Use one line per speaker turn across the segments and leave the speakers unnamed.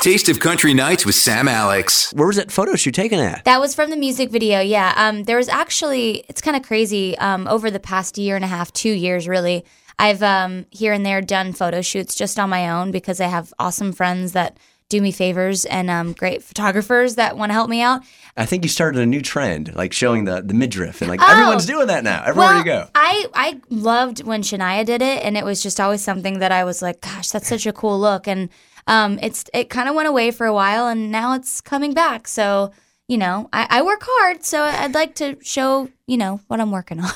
Taste of Country Nights with Sam Alex.
Where was that photo shoot taken at?
That was from the music video, yeah. Um, there was actually, it's kind of crazy. Um, over the past year and a half, two years really, I've um, here and there done photo shoots just on my own because I have awesome friends that do me favors and um, great photographers that want to help me out.
I think you started a new trend, like showing the, the midriff, and like everyone's doing that now. Everywhere
Oh. well,
you go.
I, I loved when Shania did it, and it was just always something that I was like, gosh, that's such a cool look. And um, it's it kind of went away for a while, and now it's coming back. So, you know, I, I work hard, so I'd like to show, you know, what I'm working on.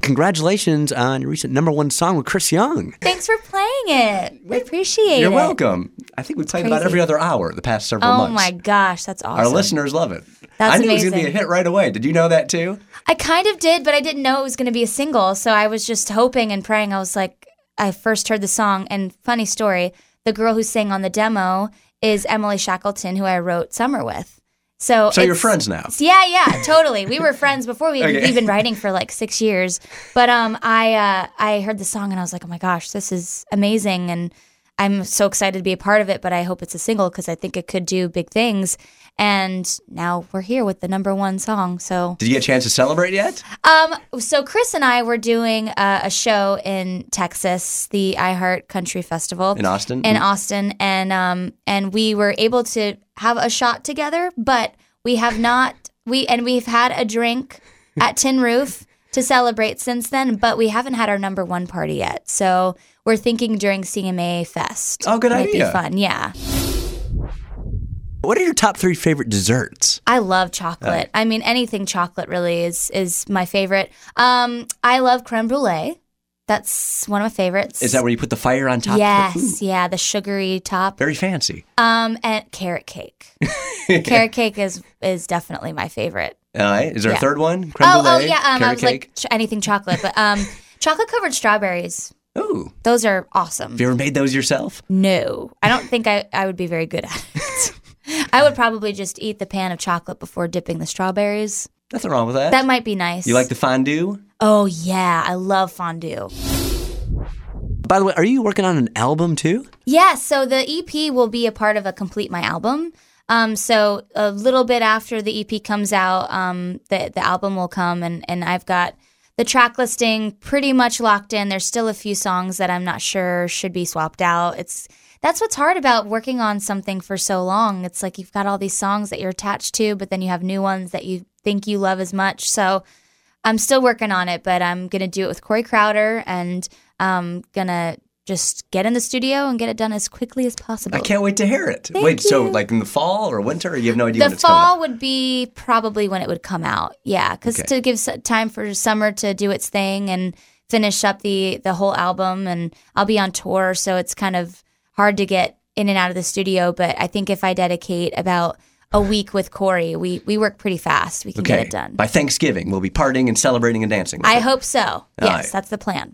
Congratulations on your recent number one song with Chris Young.
Thanks for playing it. I appreciate
You're
it.
welcome. I think we played about
crazy.
every other hour the past several
Oh
months.
my gosh, that's awesome.
Our listeners love it.
That's
I knew it was going to be a
amazing.
hit right away. Did you know that too?
I kind of did, but I didn't know it was going to be a single. So I was just hoping and praying. I was like, I first heard the song, and funny story the girl who sang on the demo is Emily Shackleton, who I wrote Summer with. So,
So you're
it's-
friends now.
Yeah, yeah, totally. We were friends before we
Okay.
we've been writing for like six years. But um, I uh, I heard the song and I was like, oh my gosh, this is amazing, and I'm so excited to be a part of it. But I hope it's a single because I think it could do big things. And now we're here with the number one song. So
Did you get a chance to celebrate yet?
um, so Chris and I were doing uh, a show in Texas, the iHeart Country Festival
In Austin?
In Austin, and um, and we were able to have a shot together, but we have not. We and we've had a drink at Tin Roof to celebrate since then, but we haven't had our number one party yet. So we're thinking during CMA Fest.
Oh, good
might
idea.
Be fun, yeah.
What are your top three favorite desserts?
I love chocolate. I mean, anything chocolate really is is my favorite. Um, I love creme brulee. That's one of my favorites.
Is that where you put the fire on top? Ooh,
Yes, yeah, the sugary top.
very fancy.
Um, and carrot cake. carrot cake is is definitely my favorite.
All right. Is there a
Yeah.
third one? Creme
oh,
brulee,
oh yeah. Um, I
carrot
was
cake.
like ch- anything chocolate, but um, chocolate covered strawberries.
Ooh,
Those are awesome.
have you ever made those yourself?
No, I don't think I, I would be very good at it. I would probably just eat the pan of chocolate before dipping the strawberries.
Nothing wrong with that.
That might be nice.
you like the fondue?
Oh yeah, I love fondue.
By the way, are you working on an album too?
Yeah, so the EP will be a part of a complete my album. Um, so a little bit after the EP comes out, um, the the album will come, and and I've got the track listing pretty much locked in. There's still a few songs that I'm not sure should be swapped out. It's that's what's hard about working on something for so long. It's like you've got all these songs that you're attached to, but then you have new ones that you think you love as much. So I'm still working on it, but I'm gonna do it with Corey Crowder, and I'm gonna just get in the studio and get it done as quickly as possible.
I can't wait to hear it. wait, so
you.
like in the fall or winter? Or you have no idea
the
when it's coming. out?
fall would be probably when it would come out, yeah, because
Okay.
to give s- time for summer to do its thing and finish up the the whole album, and I'll be on tour, so it's kind of hard to get in and out of the studio. But I think if I dedicate about a week with Corey, we we work pretty fast. We can
Okay.
get it done.
By Thanksgiving, we'll be partying and celebrating and dancing. with
I
it.
hope so.
All
Yes,
right.
that's the plan.